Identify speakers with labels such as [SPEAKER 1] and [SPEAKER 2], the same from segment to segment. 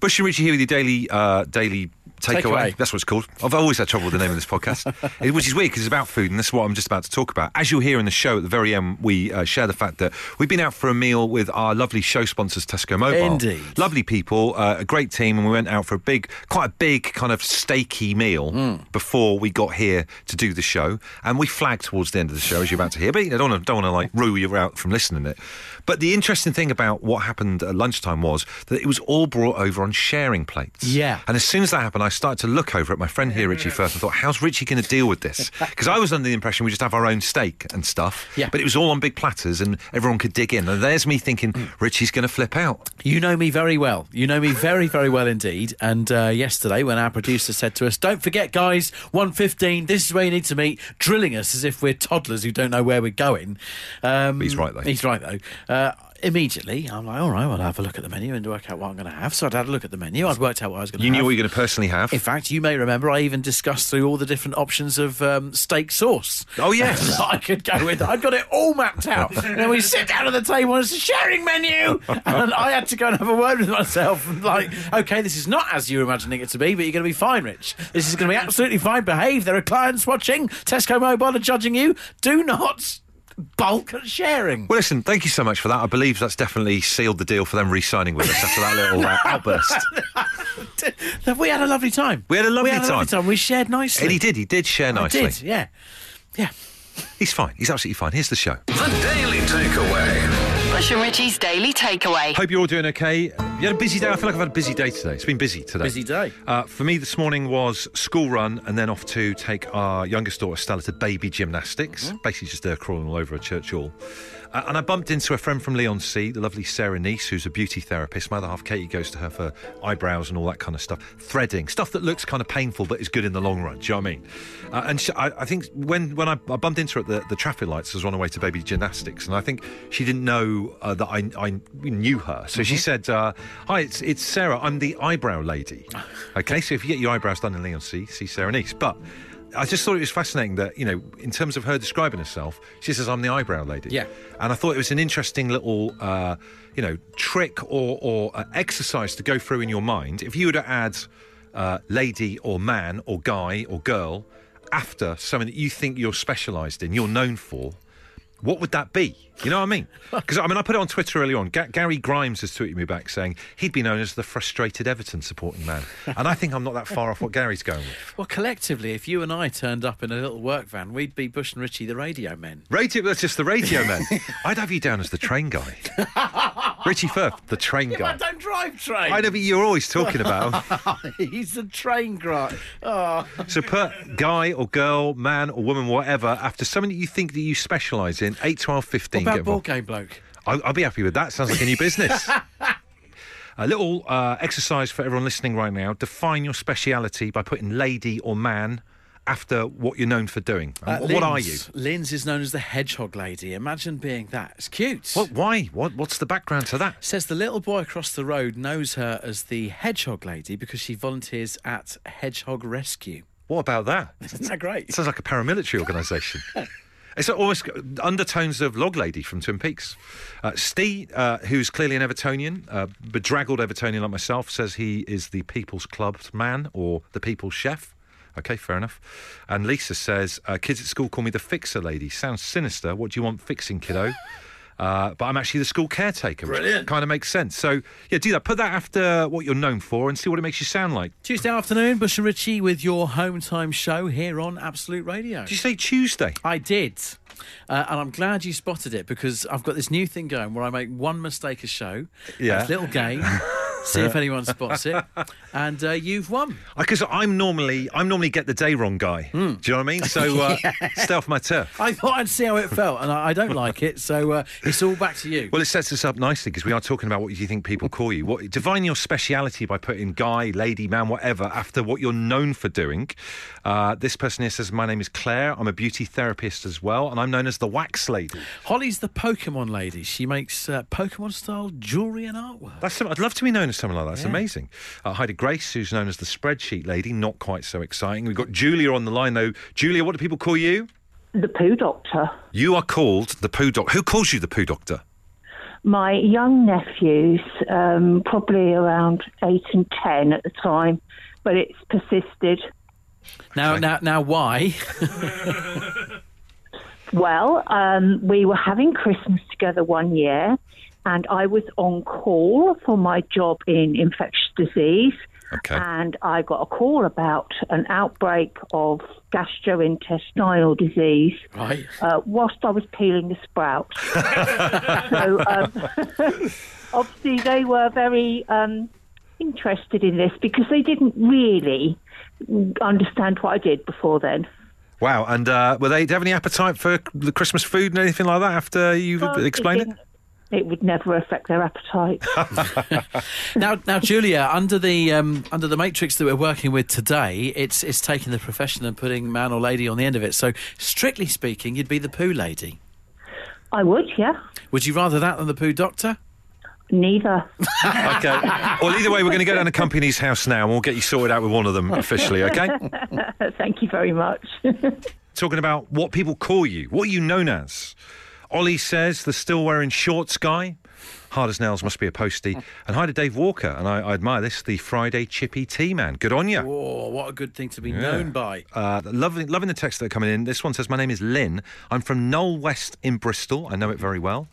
[SPEAKER 1] Bush and Richie here with your daily uh, daily takeaway.
[SPEAKER 2] Takeaway.
[SPEAKER 1] That's what it's called. I've always had trouble with the name of this podcast, It- which is weird because it's about food, and that's what I'm just about to talk about. As you'll hear in the show at the very end, we uh, share the fact that we've been out for a meal with our lovely show sponsors, Tesco Mobile.
[SPEAKER 2] Indeed.
[SPEAKER 1] lovely people, uh, a great team, and we went out for a big, quite a big kind of steaky meal
[SPEAKER 2] Hmm.
[SPEAKER 1] before we got here to do the show, and we flagged towards the end of the show, as you're about to hear. But you know, don't want to don't want to like
[SPEAKER 2] Hmm.
[SPEAKER 1] rule you out from listening to it. But the interesting thing about what happened at lunchtime was that it was all brought over on sharing plates.
[SPEAKER 2] Yeah.
[SPEAKER 1] And as soon as that happened, I started to look over at my friend here, Richie Firth, and thought, how's Richie going to deal with this? Because I was under the impression we just have our own steak and stuff.
[SPEAKER 2] Yeah.
[SPEAKER 1] But it was all on big platters and everyone could dig in. And there's me thinking,
[SPEAKER 2] Hmm.
[SPEAKER 1] Richie's going to flip out.
[SPEAKER 2] You know me very well. You know me very, very well indeed. And uh, yesterday, when our producer said to us, "Don't forget, guys, one fifteen. This is where you need to meet," drilling us as if we're toddlers who don't know where we're going. Um,
[SPEAKER 1] He's right, though.
[SPEAKER 2] He's right though. Uh, immediately, I'm like, "All right, well, I'll have a look at the menu and work out what I'm going to have." So I'd had a look at the menu. I'd worked out what I was going to.
[SPEAKER 1] You
[SPEAKER 2] have.
[SPEAKER 1] knew what you were going to personally have.
[SPEAKER 2] In fact, you may remember I even discussed through all the different options of um, steak sauce.
[SPEAKER 1] Oh, yes.
[SPEAKER 2] that I could go with. I'd got it all mapped out. and then we sit down at the table and it's a sharing menu. And I had to go and have a word with myself. And like, okay, this is not as you were imagining it to be, but you're going to be fine, Rich. This is going to be absolutely fine. Behave. There are clients watching. Tesco Mobile are judging you. Do not bulk at sharing.
[SPEAKER 1] Well, listen, thank you so much for that. I believe that's definitely sealed the deal for them re signing with us after that little uh, outburst.
[SPEAKER 2] we had a lovely time.
[SPEAKER 1] We had a lovely
[SPEAKER 2] we had a
[SPEAKER 1] time.
[SPEAKER 2] lovely time. We shared nicely.
[SPEAKER 1] And he did, he did share
[SPEAKER 2] I
[SPEAKER 1] nicely.
[SPEAKER 2] did, yeah. Yeah.
[SPEAKER 1] He's fine, he's absolutely fine. Here's the show.
[SPEAKER 3] The Daily Takeaway.
[SPEAKER 4] Bush and Richie's Daily Takeaway.
[SPEAKER 1] Hope you're all doing okay. You had a busy day. I feel like I've had a busy day today. It's been busy today.
[SPEAKER 2] Busy day.
[SPEAKER 1] Uh, for me, this morning was school run and then off to take our youngest daughter Stella to baby gymnastics. Basically, just her crawling all over a church hall. Uh, and I bumped into a friend from Leon C, the lovely Sarah Neese, who's a beauty therapist. My other half, Katie, goes to her for eyebrows and all that kind of stuff. Threading, stuff that looks kind of painful but is good in the long run. Do you know what I mean? Uh, and she, I, I think when, when I, I bumped into her at the, the traffic lights, I was on her way to baby gymnastics. And I think she didn't know uh, that I, I knew her. So she said, uh, Hi, it's, it's Sarah. I'm the eyebrow lady. Okay, so if you get your eyebrows done in Leon C, see Sarah Neese. But I just thought it was fascinating that, you know, in terms of her describing herself, she says, I'm the eyebrow lady.
[SPEAKER 2] Yeah.
[SPEAKER 1] And I thought it was an interesting little, uh, you know, trick or, or uh, exercise to go through in your mind. If you were to add uh, lady or man or guy or girl after something that you think you're specialised in, you're known for, what would that be? You know what I mean? Because I mean, I put it on Twitter earlier on. Ga- Gary Grimes has tweeted me back saying he'd be known as the frustrated Everton supporting man, and I think I'm not that far off what Gary's going with.
[SPEAKER 2] Well, collectively, if you and I turned up in a little work van, we'd be Bush and Richie the radio men.
[SPEAKER 1] Radio, that's just the radio man. I'd have you down as the train guy, Richie Firth, the train guy.
[SPEAKER 2] don't drive train.
[SPEAKER 1] I know, but you're always talking about. 'em.
[SPEAKER 2] He's the train grunt. Oh.
[SPEAKER 1] so put guy or girl, man or woman, whatever, after something that you think that you specialise in. Eight, twelve,
[SPEAKER 2] What
[SPEAKER 1] fifteen.
[SPEAKER 2] about
[SPEAKER 1] get involved.
[SPEAKER 2] board game bloke?
[SPEAKER 1] I'll, I'll be happy with that. Sounds like a new business. a little uh, exercise for everyone listening right now. Define your speciality by putting lady or man after what you're known for doing. And wh- what are you?
[SPEAKER 2] Linz. Linz is known as the hedgehog lady. Imagine being that. It's cute.
[SPEAKER 1] What? Why? What? What's the background to that?
[SPEAKER 2] Says the little boy across the road knows her as the hedgehog lady because she volunteers at Hedgehog Rescue.
[SPEAKER 1] What about that?
[SPEAKER 2] Isn't that great?
[SPEAKER 1] sounds like a paramilitary organisation. It's almost undertones of Log Lady from Twin Peaks. Uh, Steve, uh, who's clearly an Evertonian, uh, bedraggled Evertonian like myself, says he is the People's Club man or the People's Chef. Okay, fair enough. And Lisa says, uh, kids at school call me the fixer lady. Sounds sinister. What do you want fixing, kiddo? Uh, but I'm actually the school caretaker, which kind of makes sense. So, yeah, do that. Put that after what you're known for and see what it makes you sound like.
[SPEAKER 2] Tuesday afternoon, Bush and Richie with your home time show here on Absolute Radio.
[SPEAKER 1] Did you say Tuesday?
[SPEAKER 2] I did. Uh, and I'm glad you spotted it because I've got this new thing going where I make one mistake a show,
[SPEAKER 1] Yeah.
[SPEAKER 2] this little game, see if anyone spots it, and uh, you've won.
[SPEAKER 1] Because I'm normally I'm normally get the day wrong guy. Do you know what I mean? So uh, stay off my turf.
[SPEAKER 2] I thought I'd see how it felt, and I, I don't like it, so uh, it's all back to you.
[SPEAKER 1] Well, it sets us up nicely because we are talking about what you think people call you. What define your speciality by putting guy, lady, man, whatever after what you're known for doing. Uh, this person here says, "My name is Claire. I'm a beauty therapist as well, and I'm known as the Wax Lady."
[SPEAKER 2] Holly's the Pokemon lady. She makes uh, Pokemon style jewellery and artwork.
[SPEAKER 1] That's some, I'd love to be known as someone like that. It's amazing. Uh, Heidi Grace, who's known as the Spreadsheet Lady, not quite so exciting. We've got Julia on the line though. Julia, what do people call you?
[SPEAKER 5] The poo doctor.
[SPEAKER 1] You are called the Poo Doctor. Who calls you the Poo Doctor?
[SPEAKER 5] my young nephews, um, probably around eight and ten at the time, but it's persisted.
[SPEAKER 2] Now, now, now, why?
[SPEAKER 5] Well, um, we were having Christmas together one year, and I was on call for my job in infectious disease.
[SPEAKER 1] Okay.
[SPEAKER 5] And I got a call about an outbreak of gastrointestinal disease
[SPEAKER 2] Right.
[SPEAKER 5] uh, whilst I was peeling the sprout. so um, obviously they were very um, interested in this because they didn't really understand what I did before then.
[SPEAKER 1] Wow. And uh, were they, do you have any appetite for the Christmas food and anything like that after you've explained it?
[SPEAKER 5] didn't- It would never affect their appetite.
[SPEAKER 2] Now, now, Julia, under the um, under the matrix that we're working with today, it's it's taking the profession and putting man or lady on the end of it. So, strictly speaking, you'd be the poo lady.
[SPEAKER 5] I would, yeah.
[SPEAKER 2] Would you rather that than the poo doctor?
[SPEAKER 5] Neither.
[SPEAKER 1] Okay. well, either way, we're going to go down to Company's house now and we'll get you sorted out with one of them officially, okay?
[SPEAKER 5] Thank you very much.
[SPEAKER 1] Talking about what people call you, what are you known as? Ollie says the still wearing shorts guy. Hard as nails must be a postie. And hi to Dave Walker. And I, I admire this, the Friday chippy tea man. Good on you.
[SPEAKER 2] Oh, what a good thing to be known by.
[SPEAKER 1] Uh, loving, loving the texts that are coming in. This one says, My name is Lynn. I'm from Knoll West in Bristol. I know it very well.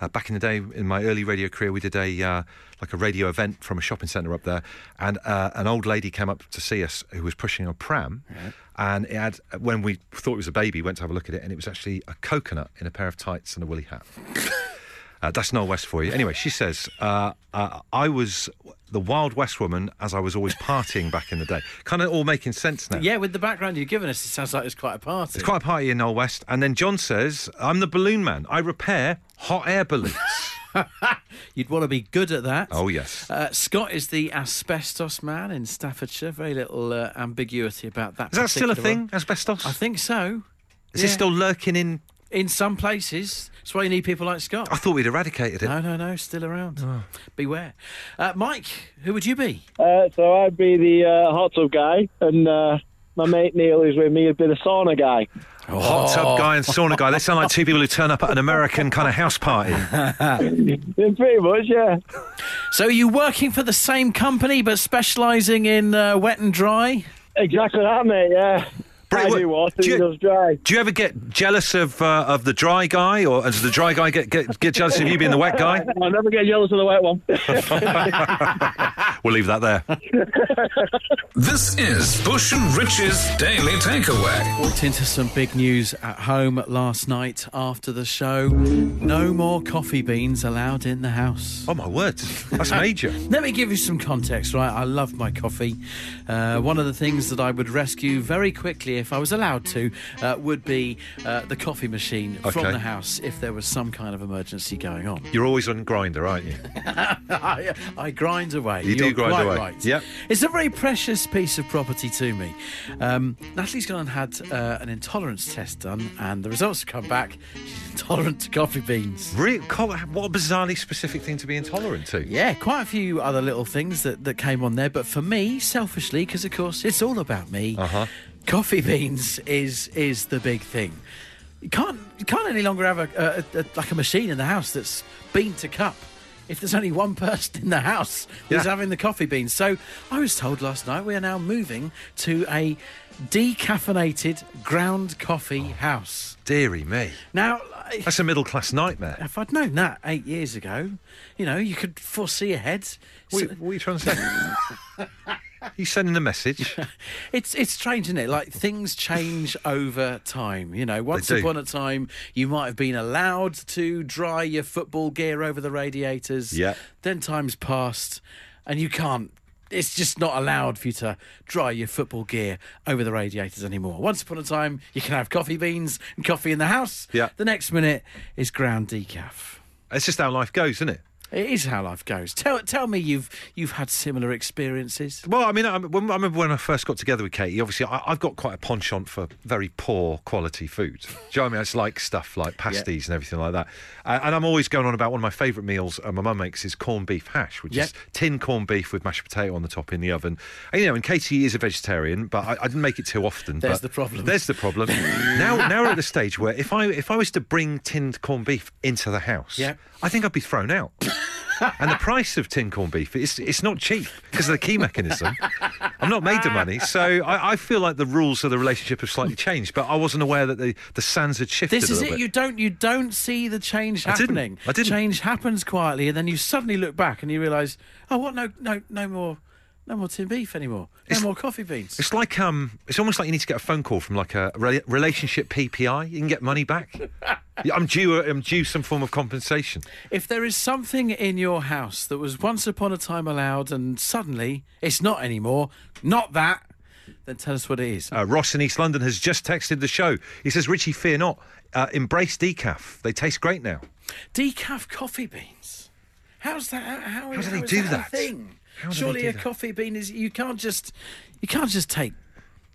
[SPEAKER 1] Uh, back in the day, in my early radio career, we did a uh, like a radio event from a shopping centre up there, and uh, an old lady came up to see us who was pushing a pram, and it had when we thought it was a baby, went to have a look at it, and it was actually a coconut in a pair of tights and a woolly hat. Uh, that's Noel West for you. Anyway, she says, uh, uh, I was the Wild West woman as I was always partying back in the day. Kind of all making sense now.
[SPEAKER 2] Yeah, with the background you've given us, it sounds like it's quite a party.
[SPEAKER 1] It's quite a party in Old West. And then John says, I'm the balloon man. I repair hot air balloons.
[SPEAKER 2] You'd want to be good at that.
[SPEAKER 1] oh, yes.
[SPEAKER 2] Uh, Scott is the asbestos man in Staffordshire. Very little uh, ambiguity about that.
[SPEAKER 1] Is that still a
[SPEAKER 2] particular
[SPEAKER 1] thing,
[SPEAKER 2] one.
[SPEAKER 1] asbestos?
[SPEAKER 2] I think so.
[SPEAKER 1] Is
[SPEAKER 2] yeah.
[SPEAKER 1] it still lurking in?
[SPEAKER 2] in some places? That's why you need people like Scott.
[SPEAKER 1] I Oh. thought we'd eradicated it.
[SPEAKER 2] No, no, no, still around. Beware. Uh, Mike, who would you be?
[SPEAKER 6] Uh, so I'd be the uh, hot tub guy, and uh, my mate Neil, who's with me, would be the sauna guy.
[SPEAKER 1] Hot
[SPEAKER 2] Oh.
[SPEAKER 1] tub guy and sauna guy. They sound like two people who turn up at an American kind of house party.
[SPEAKER 6] Yeah, pretty much, yeah.
[SPEAKER 2] So, are you working for the same company but specialising in uh, wet and dry?
[SPEAKER 6] Exactly that, mate, yeah.
[SPEAKER 1] But it
[SPEAKER 6] I
[SPEAKER 1] would-
[SPEAKER 6] do water,
[SPEAKER 1] do
[SPEAKER 6] he
[SPEAKER 1] you-
[SPEAKER 6] does dry.
[SPEAKER 1] Do you ever get jealous of uh, of the dry guy, or does the dry guy get, get get jealous of you being the wet guy?
[SPEAKER 6] I'll never get jealous of the wet one.
[SPEAKER 1] We'll leave that there.
[SPEAKER 3] This is Bush and Rich's Daily Takeaway.
[SPEAKER 2] Walked into some big news at home last night after the show. No more coffee beans allowed in the house.
[SPEAKER 1] Oh my word, that's major.
[SPEAKER 2] Let me give you some context, right? I love my coffee. Uh, one of the things that I would rescue very quickly, if I was allowed to, uh, would be uh, the coffee machine
[SPEAKER 1] Okay.
[SPEAKER 2] from the house if there was some kind of emergency going on.
[SPEAKER 1] You're always on grinder, aren't you?
[SPEAKER 2] I, I grind away.
[SPEAKER 1] You do
[SPEAKER 2] You're
[SPEAKER 1] grind
[SPEAKER 2] quite
[SPEAKER 1] away.
[SPEAKER 2] Right.
[SPEAKER 1] Yep.
[SPEAKER 2] It's a very precious piece of property to me. Um, Natalie's gone and had uh, an intolerance test done, and the results have come back. She's intolerant to coffee beans.
[SPEAKER 1] Re- co- what a bizarrely specific thing to be intolerant to.
[SPEAKER 2] Yeah, quite a few other little things that, that came on there, but for me, selfishly, because of course it's all about me,
[SPEAKER 1] Uh-huh.
[SPEAKER 2] coffee beans is is the big thing. You can't you can't any longer have a, a, a like a machine in the house that's bean to cup. If there's only one person in the house that's
[SPEAKER 1] Yeah.
[SPEAKER 2] having the coffee beans, so I was told last night we are now moving to a decaffeinated ground coffee
[SPEAKER 1] Oh.
[SPEAKER 2] house.
[SPEAKER 1] Deary me.
[SPEAKER 2] Now, I-
[SPEAKER 1] That's a middle class nightmare.
[SPEAKER 2] if I'd known that eight years ago, you know, you could foresee ahead.
[SPEAKER 1] What,
[SPEAKER 2] So-
[SPEAKER 1] are you- what are you trying to say? you sending a message?
[SPEAKER 2] It's it's strange, isn't it? Like things change over time. You know, once
[SPEAKER 1] do.
[SPEAKER 2] upon a time, you might have been allowed to dry your football gear over the radiators.
[SPEAKER 1] Yeah.
[SPEAKER 2] Then time's passed, and you can't. It's just not allowed for you to dry your football gear over the radiators anymore. Once upon a time, you can have coffee beans and coffee in the house.
[SPEAKER 1] Yeah.
[SPEAKER 2] The next minute is ground decaf.
[SPEAKER 1] It's just how life goes, isn't it?
[SPEAKER 2] It is how life goes. Tell tell me you've you've had similar experiences.
[SPEAKER 1] Well, I mean, I, when, I remember when I first got together with Katie, obviously, I, I've got quite a penchant for very poor quality food. Do you know what I mean? It's like stuff like pasties and everything like that. Uh, and I'm always going on about one of my favourite meals uh, my mum makes is corned beef hash, which
[SPEAKER 2] Yeah.
[SPEAKER 1] is tin corned beef with mashed potato on the top in the oven. And, you know, and Katie is a vegetarian, but I, I didn't make it too often.
[SPEAKER 2] There's
[SPEAKER 1] but
[SPEAKER 2] the problem.
[SPEAKER 1] There's the problem. now, now we're at the stage where if I if I was to bring tinned corned beef into the house,
[SPEAKER 2] Yeah.
[SPEAKER 1] I think I'd be thrown out. and
[SPEAKER 2] Ah.
[SPEAKER 1] the price of tin corned beef it's it's not cheap because of the key mechanism. I'm not made of money,
[SPEAKER 2] Ah.
[SPEAKER 1] so I, I feel like the rules of the relationship have slightly changed. But I wasn't aware that the the sands had shifted.
[SPEAKER 2] This
[SPEAKER 1] a
[SPEAKER 2] is it.
[SPEAKER 1] little
[SPEAKER 2] You
[SPEAKER 1] Bit.
[SPEAKER 2] don't you don't see the change
[SPEAKER 1] I didn't.
[SPEAKER 2] happening.
[SPEAKER 1] I didn't.
[SPEAKER 2] Change happens quietly, and then you suddenly look back and you realise, oh, what? No, no, no more, no more tin beef anymore. No more coffee beans.
[SPEAKER 1] It's like um, it's almost like you need to get a phone call from like a re- relationship PPI. You can get money back. Yeah, I'm due. uh, I'm due some form of compensation.
[SPEAKER 2] If there is something in your house that was once upon a time allowed and suddenly it's not anymore, not that, then tell us what it is.
[SPEAKER 1] Uh, Ross in East London has just texted the show. He says, "Richie, fear not. Uh, embrace decaf. They taste great now."
[SPEAKER 2] Decaf coffee beans. How's that? How, how,
[SPEAKER 1] How do they
[SPEAKER 2] is
[SPEAKER 1] do
[SPEAKER 2] a
[SPEAKER 1] that?
[SPEAKER 2] thing?
[SPEAKER 1] How do they
[SPEAKER 2] Surely
[SPEAKER 1] do
[SPEAKER 2] a
[SPEAKER 1] that?
[SPEAKER 2] coffee bean is you can't just you can't just take.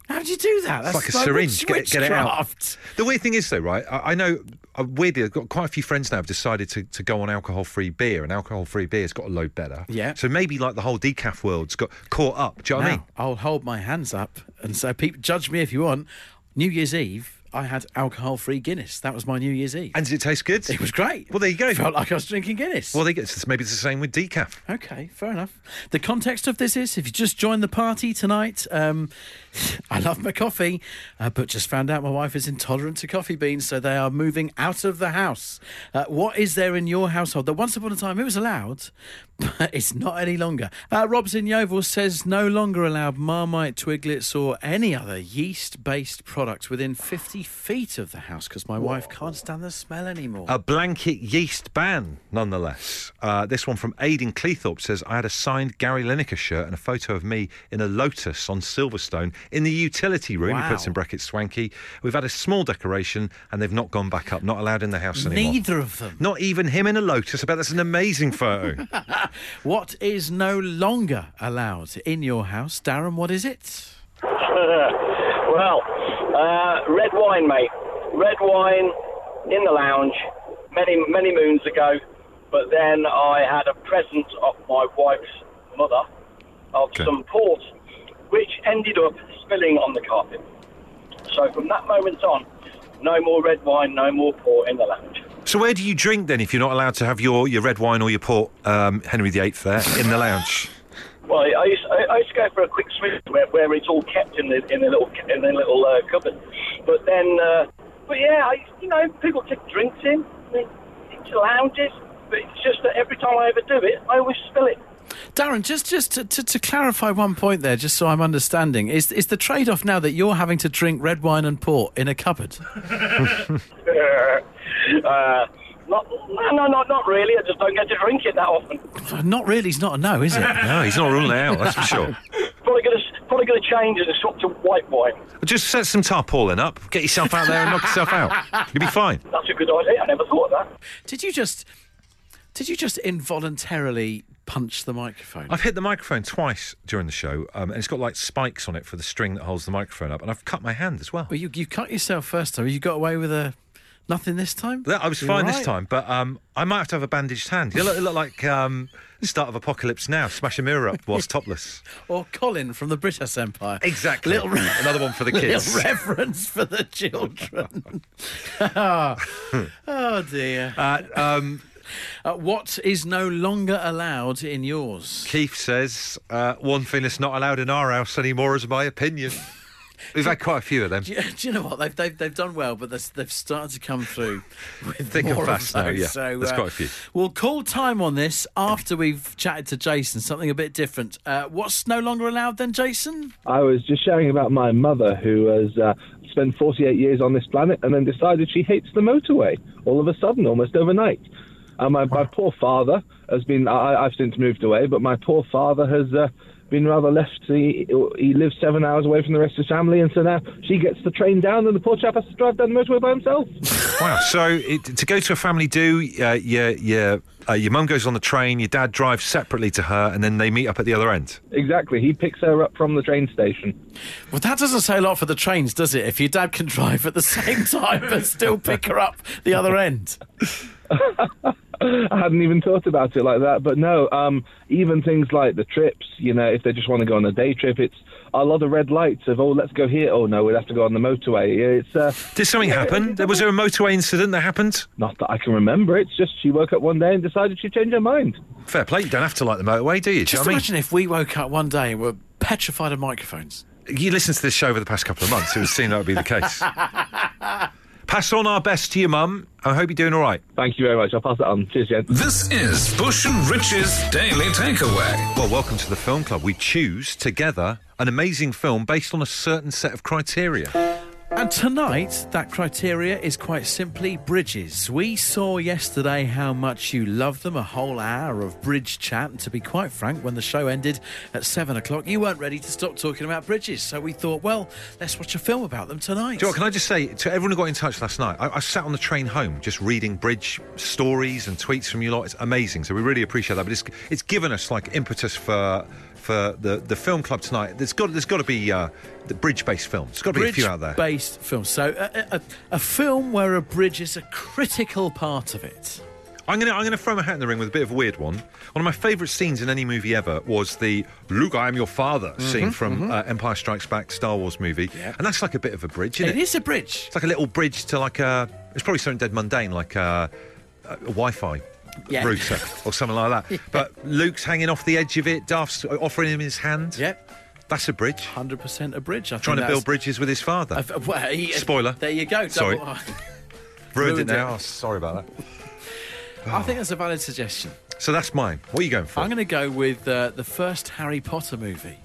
[SPEAKER 2] How do you do that?
[SPEAKER 1] It's like a syringe. Get it, get it out.
[SPEAKER 2] witchcraft.
[SPEAKER 1] The weird thing is, though, right? I, I know, uh, weirdly, I've got quite a few friends now have decided to, to go on alcohol free beer, and alcohol free beer's got a load better.
[SPEAKER 2] Yeah.
[SPEAKER 1] So maybe like the whole decaf world's got caught up. Do you know what I
[SPEAKER 2] Now,
[SPEAKER 1] mean?
[SPEAKER 2] I'll hold my hands up and so people judge me if you want. New Year's Eve, I had alcohol-free Guinness. That was my New Year's Eve.
[SPEAKER 1] And does it taste good?
[SPEAKER 2] it was great.
[SPEAKER 1] Well, there you go.
[SPEAKER 2] Felt like I was drinking Guinness.
[SPEAKER 1] Well, they get so maybe it's the same with decaf.
[SPEAKER 2] Okay, fair enough. The context of this is if you just joined the party tonight, um, I love my coffee, uh, but just found out my wife is intolerant to coffee beans, so they are moving out of the house. Uh, what is there in your household that once upon a time it was allowed, but it's not any longer? Uh, Rob's in Yeovil says no longer allowed Marmite, Twiglets, or any other yeast based product within 50 feet of the house because my wife can't stand the smell anymore.
[SPEAKER 1] A blanket yeast ban, nonetheless. Uh, this one from Aidan Cleethorpe says I had a signed Gary Lineker shirt and a photo of me in a lotus on Silverstone in the utility room. He puts
[SPEAKER 2] Wow.
[SPEAKER 1] in brackets swanky. We've had a small decoration and they've not gone back up, not allowed in the house anymore.
[SPEAKER 2] Neither of them.
[SPEAKER 1] Not even him in a lotus. I bet that's an amazing photo.
[SPEAKER 2] What is no longer allowed in your house, Darren? What is it?
[SPEAKER 6] well, uh, red wine, mate. Red wine in the lounge many, many moons ago. But then I had a present of my wife's mother of
[SPEAKER 1] Okay.
[SPEAKER 6] some port, which ended up spilling on the carpet. So from that moment on, no more red wine, no more port in the lounge.
[SPEAKER 1] so where do you drink then if you're not allowed to have your, your red wine or your port, um, Henry VIII there, in the lounge?
[SPEAKER 6] Well, I used, I I used to go for a quick swim where, where it's all kept in the in a little in a little uh, cupboard. But then, uh, but yeah, I, you know, people take drinks in, they- it's lounges. But it's just that every time I ever do it, I always spill it.
[SPEAKER 2] Darren, just just to, to, to clarify one point there, just so I'm understanding, is is the trade off now that you're having to drink red wine and port in a cupboard?
[SPEAKER 6] uh, not, no, no, not not really. I just don't get to drink it that often.
[SPEAKER 2] Not really, it's not a no, is it?
[SPEAKER 1] No, he's not ruling it out, that's for sure.
[SPEAKER 6] Probably gonna probably gonna change it and swap to white wine.
[SPEAKER 1] Just set some tarpaulin up, get yourself out there and knock yourself out. You'll be fine.
[SPEAKER 6] That's a good idea. I never thought of that.
[SPEAKER 2] Did you just did you just involuntarily punch the microphone?
[SPEAKER 1] I've hit the microphone twice during the show, um, and it's got like spikes on it for the string that holds the microphone up, and I've cut my hand as well.
[SPEAKER 2] well, you you cut yourself first time. You got away with a nothing this time.
[SPEAKER 1] That- I was
[SPEAKER 2] You
[SPEAKER 1] fine
[SPEAKER 2] all
[SPEAKER 1] this
[SPEAKER 2] right?
[SPEAKER 1] time, but um, I might have to have a bandaged hand. You look, you look like um, the start of Apocalypse Now, smash a mirror up whilst topless.
[SPEAKER 2] Or Colin from the British Empire.
[SPEAKER 1] Exactly.
[SPEAKER 2] Little re-
[SPEAKER 1] Another one for the
[SPEAKER 2] Little
[SPEAKER 1] kids.
[SPEAKER 2] reference for the children. oh, oh, dear.
[SPEAKER 1] Uh, um,
[SPEAKER 2] Uh, what is no longer allowed in yours?
[SPEAKER 1] Keith says, uh, one thing that's not allowed in our house anymore is my opinion. We've had quite a few of them.
[SPEAKER 2] Do you, do you know what they've, they've they've done well, but that's- they've started to come through with
[SPEAKER 1] Thick and
[SPEAKER 2] more
[SPEAKER 1] fast now,
[SPEAKER 2] of those.
[SPEAKER 1] yeah.
[SPEAKER 2] So,
[SPEAKER 1] There's
[SPEAKER 2] uh,
[SPEAKER 1] quite a few.
[SPEAKER 2] We'll call time on this after we've chatted to Jason. Something a bit different. Uh, what's no longer allowed then, Jason?
[SPEAKER 7] I was just sharing about my mother who has uh, spent 48 years on this planet and then decided she hates the motorway all of a sudden, almost overnight. And my, my poor father has been, I, I've since moved away, but my poor father has uh, been rather left. He, he lives seven hours away from the rest of his family, and so now she gets the train down and the poor chap has to drive down the motorway by himself.
[SPEAKER 1] Wow. So it, to go to a family do, uh, your your uh, your mum goes on the train, your dad drives separately to her, and then they meet up at the other end.
[SPEAKER 7] Exactly. He picks her up from the train station.
[SPEAKER 2] Well, that doesn't say a lot for the trains, does it? If your dad can drive at the same time but still pick her up the other end.
[SPEAKER 7] I hadn't even thought about it like that, but no. Um, even things like the trips, you know, if they just want to go on a day trip, it's a lot of red lights of oh, let's go here. Oh no, we'd have to go on the motorway. Yeah, It's uh,
[SPEAKER 1] Did something happen? There- Was there a motorway incident that happened?
[SPEAKER 7] not that I can remember. It's just she woke up one day and decided she'd change her mind.
[SPEAKER 1] Fair play. You don't have to like the motorway, do you? Do you
[SPEAKER 2] Just
[SPEAKER 1] know what
[SPEAKER 2] imagine if we woke up one day and were petrified of microphones.
[SPEAKER 1] I mean, you listen to this show over the past couple of months. It would seem that would be the case. Pass on our best to your mum. I hope you're doing all right.
[SPEAKER 7] Thank you very much. I'll pass it on. Cheers, Jen.
[SPEAKER 3] This is Bush and Rich's Daily Takeaway.
[SPEAKER 1] Well, welcome to the Film Club. We choose together an amazing film based on a certain set of criteria.
[SPEAKER 2] And tonight, that criteria is quite simply bridges. We saw yesterday how much you love them, a whole hour of bridge chat. And to be quite frank, when the show ended at seven o'clock, you weren't ready to stop talking about bridges. So we thought, well, let's watch a film about them tonight.
[SPEAKER 1] Do you know what, can I just say to everyone who got in touch last night? I, I sat on the train home just reading bridge stories and tweets from you lot. It's amazing, so we really appreciate that. But it's it's given us like impetus for for the, the film club tonight. There's got there's got to be uh, the bridge based films. There's got to be a few out there.
[SPEAKER 2] Bridge-based film. So a, a, a film where a bridge is a critical part of it.
[SPEAKER 1] I'm gonna I'm gonna throw my hat in the ring with a bit of a weird one. One of my favourite scenes in any movie ever was the "Luke, I am your father"
[SPEAKER 2] Mm-hmm,
[SPEAKER 1] scene from uh, Empire Strikes Back Star Wars movie, and that's like a bit of a bridge, isn't
[SPEAKER 2] It is a bridge.
[SPEAKER 1] It's like a little bridge to like a. It's probably something dead mundane, like a, a Wi-Fi
[SPEAKER 2] Yeah.
[SPEAKER 1] router or something like that. But Luke's hanging off the edge of it. Darth's offering him his hand.
[SPEAKER 2] Yep.
[SPEAKER 1] that's a bridge.
[SPEAKER 2] 100% a bridge. I think
[SPEAKER 1] Trying to build
[SPEAKER 2] that's-
[SPEAKER 1] bridges with his father.
[SPEAKER 2] I've- uh, well, he-
[SPEAKER 1] Spoiler.
[SPEAKER 2] There you go. uh,
[SPEAKER 1] Sorry.
[SPEAKER 2] Double-
[SPEAKER 1] ruined,
[SPEAKER 2] ruined
[SPEAKER 1] it now.
[SPEAKER 2] it.
[SPEAKER 1] Oh, sorry about that.
[SPEAKER 2] I think that's a valid suggestion.
[SPEAKER 1] So that's mine. What are you going for?
[SPEAKER 2] I'm going to go with uh, the first Harry Potter movie.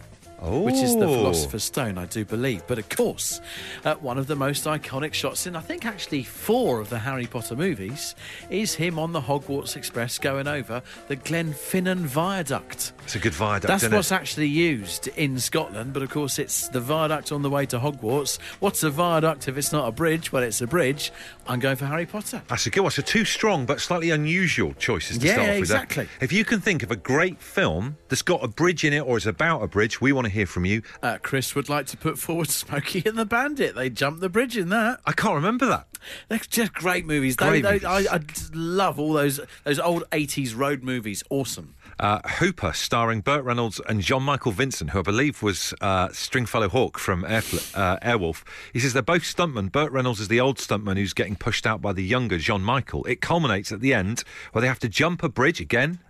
[SPEAKER 1] oh.
[SPEAKER 2] Which is the Philosopher's Stone, I do believe. But of course, uh, one of the most iconic shots in, I think, actually four of the Harry Potter movies is him on the Hogwarts Express going over the Glenfinnan Viaduct.
[SPEAKER 1] It's a good viaduct.
[SPEAKER 2] That's
[SPEAKER 1] isn't
[SPEAKER 2] what's
[SPEAKER 1] it?
[SPEAKER 2] actually used in Scotland, but of course it's the viaduct on the way to Hogwarts. What's a viaduct if it's not a bridge? Well, it's a bridge. I'm going for Harry Potter.
[SPEAKER 1] That's a good one. So two strong but slightly unusual choices to
[SPEAKER 2] Yeah,
[SPEAKER 1] start off with. eh?
[SPEAKER 2] exactly.
[SPEAKER 1] If you can think of a great film that's got a bridge in it or is about a bridge, we want to hear from you.
[SPEAKER 2] Uh, Chris would like to put forward Smokey and the Bandit. They jumped the bridge in that.
[SPEAKER 1] I can't remember that.
[SPEAKER 2] They're just great movies.
[SPEAKER 1] Great
[SPEAKER 2] They- they-
[SPEAKER 1] movies.
[SPEAKER 2] I, I just love all those those old 80s road movies. Awesome.
[SPEAKER 1] Uh, Hooper, starring Burt Reynolds and John Michael Vincent, who I believe was uh, Stringfellow Hawk from Airfl- uh, Airwolf. He says they're both stuntmen. Burt Reynolds is the old stuntman who's getting pushed out by the younger John Michael. It culminates at the end where they have to jump a bridge again.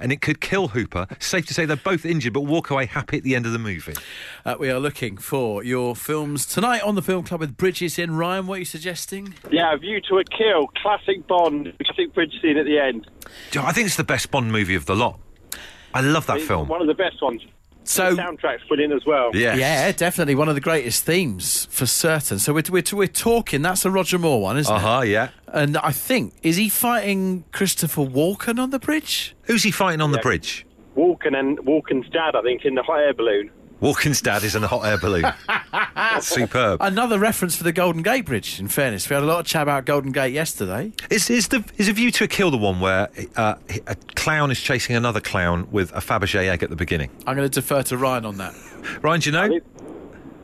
[SPEAKER 1] And it could kill Hooper. Safe to say they're both injured, but walk away happy at the end of the movie.
[SPEAKER 2] Uh, we are looking for your films tonight on the Film Club with Bridges in. Ryan, what are you suggesting?
[SPEAKER 8] Yeah, View to a Kill, classic Bond, classic bridge scene at the end.
[SPEAKER 1] Do you know, I think it's the best Bond movie of the lot. I love that film.
[SPEAKER 8] One of the best ones.
[SPEAKER 2] So.
[SPEAKER 8] Soundtrack's brilliant as well.
[SPEAKER 1] Yes.
[SPEAKER 2] Yeah, definitely one of the greatest themes for certain. So we're, we're, we're talking. That's a Roger Moore one, isn't
[SPEAKER 1] Uh
[SPEAKER 2] it?
[SPEAKER 1] huh. Yeah.
[SPEAKER 2] And I think is he fighting Christopher Walken on the bridge?
[SPEAKER 1] Who's he fighting on the bridge?
[SPEAKER 8] Walken and Walken's dad, I think, in the hot air balloon.
[SPEAKER 1] Walken's dad is in a hot air balloon. Superb.
[SPEAKER 2] Another reference for the Golden Gate Bridge. In fairness, we had a lot of chat about Golden Gate yesterday.
[SPEAKER 1] Is is the is a view to a kill the one where uh, a clown is chasing another clown with a Fabergé egg at the beginning?
[SPEAKER 2] I'm going to defer to Ryan on that.
[SPEAKER 1] Ryan, do you know?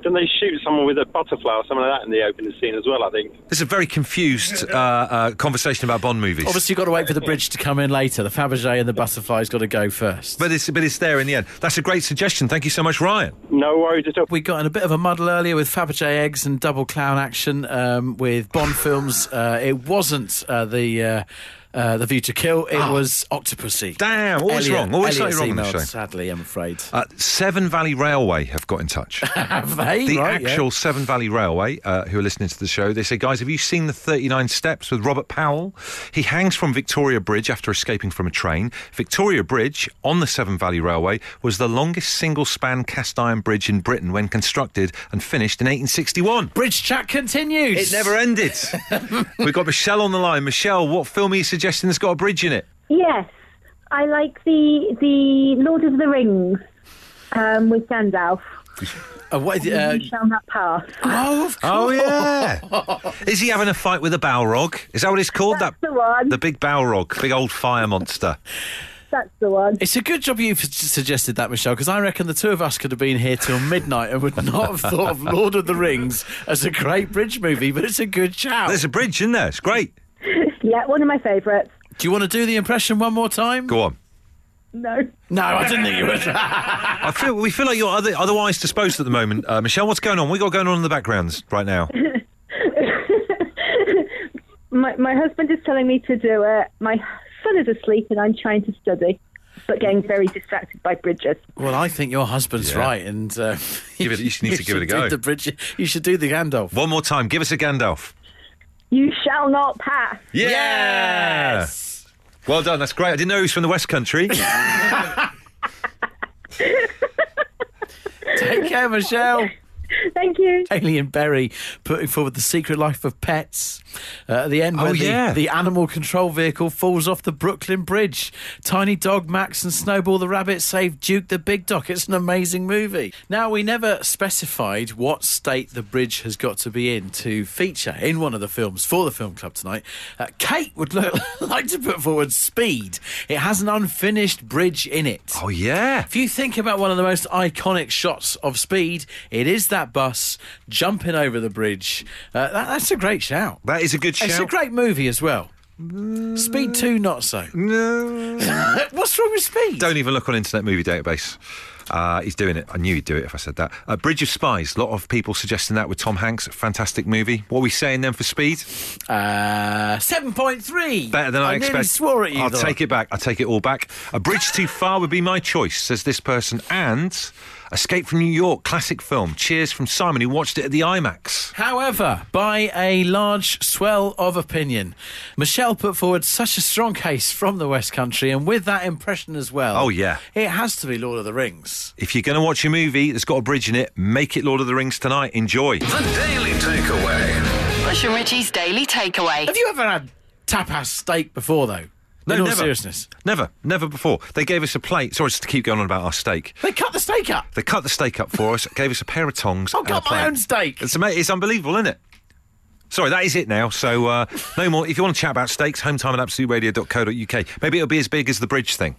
[SPEAKER 8] Didn't they shoot someone with a butterfly or something like that in the opening scene as well, I think?
[SPEAKER 1] This is a very confused uh, uh, conversation about Bond movies.
[SPEAKER 2] Obviously, you've got to wait for the bridge to come in later. The Fabergé and the butterfly's got to go first.
[SPEAKER 1] but it's but it's there in the end. That's a great suggestion. Thank you so much, Ryan.
[SPEAKER 8] No worries at all.
[SPEAKER 2] we got in a bit of a muddle earlier with Fabergé eggs and double clown action um, with Bond films. Uh, it wasn't uh, the uh, uh, the View to Kill. It was Octopussy.
[SPEAKER 1] Damn, always
[SPEAKER 2] Elliot-
[SPEAKER 1] wrong. Always
[SPEAKER 2] Elliot's
[SPEAKER 1] slightly wrong on
[SPEAKER 2] emailed,
[SPEAKER 1] the show.
[SPEAKER 2] Sadly, I'm afraid.
[SPEAKER 1] Uh, Seven Valley Railway have got in touch.
[SPEAKER 2] Have they?
[SPEAKER 1] The
[SPEAKER 2] Right, yeah.
[SPEAKER 1] actual Seven Valley Railway, uh, who are listening to the show, they say, guys, have you seen the 39 Steps with Robert Powell? He hangs from Victoria Bridge after escaping from a train. Victoria Bridge on the Seven Valley Railway was the longest single span cast iron bridge in Britain when constructed and finished in 1861.
[SPEAKER 2] Bridge chat continues.
[SPEAKER 1] It never ended. We've got Michelle on the line. Michelle, what film are you suggesting that's got a bridge in it?
[SPEAKER 5] Yes, I like the the Lord of the Rings um, with Gandalf.
[SPEAKER 2] Uh, what is it, uh,
[SPEAKER 5] You shall not pass.
[SPEAKER 2] oh, of course.
[SPEAKER 1] Oh yeah. Is he having a fight with a Balrog? Is that what it's called?
[SPEAKER 5] That's
[SPEAKER 1] that
[SPEAKER 5] the one.
[SPEAKER 1] the big Balrog, big old fire monster.
[SPEAKER 5] That's the one.
[SPEAKER 2] It's a good job you've s- suggested that, Michelle, because I reckon the two of us could have been here till midnight and would not have thought of Lord of the Rings as a great bridge movie, but it's a good shout.
[SPEAKER 1] There's a bridge in there. It's great.
[SPEAKER 5] Yeah, one of my favourites.
[SPEAKER 2] Do you want to do the impression one more time?
[SPEAKER 1] Go on.
[SPEAKER 5] No.
[SPEAKER 2] No, I didn't think you would.
[SPEAKER 1] I feel we feel like you're other, otherwise disposed at the moment, uh, Michelle. What's going on? We got going on in the backgrounds right now.
[SPEAKER 5] My, my husband is telling me to do it. My son is asleep and I'm trying to study, but getting very distracted by Bridget.
[SPEAKER 2] Well, I think your husband's
[SPEAKER 1] Yeah.
[SPEAKER 2] right, and uh,
[SPEAKER 1] Give it- you should need to give it a
[SPEAKER 2] should
[SPEAKER 1] go.
[SPEAKER 2] do The bridge, you should do the Gandalf.
[SPEAKER 1] One more time. Give us a Gandalf.
[SPEAKER 5] You shall not pass.
[SPEAKER 1] Yeah. Well done. That's great. I didn't know he was from the West Country.
[SPEAKER 2] Take care, Michelle.
[SPEAKER 5] Thank you.
[SPEAKER 2] Haley and Berry putting forward the secret life of pets. Uh, at the end, where
[SPEAKER 1] Oh,
[SPEAKER 2] the,
[SPEAKER 1] yeah.
[SPEAKER 2] the animal control vehicle falls off the Brooklyn Bridge. Tiny Dog, Max, and Snowball the Rabbit save Duke the Big Dog. It's an amazing movie. Now, we never specified what state the bridge has got to be in to feature in one of the films for the film club tonight. Uh, Kate would look, like to put forward Speed. It has an unfinished bridge in it.
[SPEAKER 1] oh yeah.
[SPEAKER 2] If you think about one of the most iconic shots of speed, it is that bus jumping over the bridge. Uh, that, that's a great shout.
[SPEAKER 1] That is a good shout.
[SPEAKER 2] It's a great movie as well. Speed 2, not so.
[SPEAKER 1] No.
[SPEAKER 2] What's wrong with Speed?
[SPEAKER 1] Don't even look on Internet Movie Database. Uh, he's doing it. I knew he'd do it if I said that. Uh, Bridge of Spies. A lot of people suggesting that with Tom Hanks. Fantastic movie. What are we saying then for speed?
[SPEAKER 2] Uh, 7.3.
[SPEAKER 1] Better than I,
[SPEAKER 2] I
[SPEAKER 1] expected.
[SPEAKER 2] nearly swore at you.
[SPEAKER 1] I'll
[SPEAKER 2] though.
[SPEAKER 1] take it back. I'll take it all back. A Bridge Too Far would be my choice, says this person. And Escape from New York, classic film. Cheers from Simon, who watched it at the IMAX.
[SPEAKER 2] However, by a large swell of opinion, Michelle put forward such a strong case from the West Country, and with that impression as well.
[SPEAKER 1] Oh, yeah.
[SPEAKER 2] It has to be Lord of the Rings.
[SPEAKER 1] If you're going to watch a movie that's got a bridge in it, make it Lord of the Rings tonight. Enjoy.
[SPEAKER 3] The Daily Takeaway.
[SPEAKER 4] Bush and Richie's Daily Takeaway.
[SPEAKER 2] Have you ever had tapas steak before, though?
[SPEAKER 1] No,
[SPEAKER 2] In all
[SPEAKER 1] never.
[SPEAKER 2] seriousness.
[SPEAKER 1] Never, never before. They gave us a plate. Sorry, just to keep going on about our steak.
[SPEAKER 2] They cut the steak up.
[SPEAKER 1] They cut the steak up for us, gave us a pair of tongs.
[SPEAKER 2] I'll
[SPEAKER 1] and a
[SPEAKER 2] cut Oh, my
[SPEAKER 1] plate.
[SPEAKER 2] own steak.
[SPEAKER 1] It's, ama- it's unbelievable, isn't it? Sorry, that is it now. So, uh, no more. If you want to chat about steaks, hometime at absoluteradio.co.uk. Maybe it'll be as big as the bridge thing.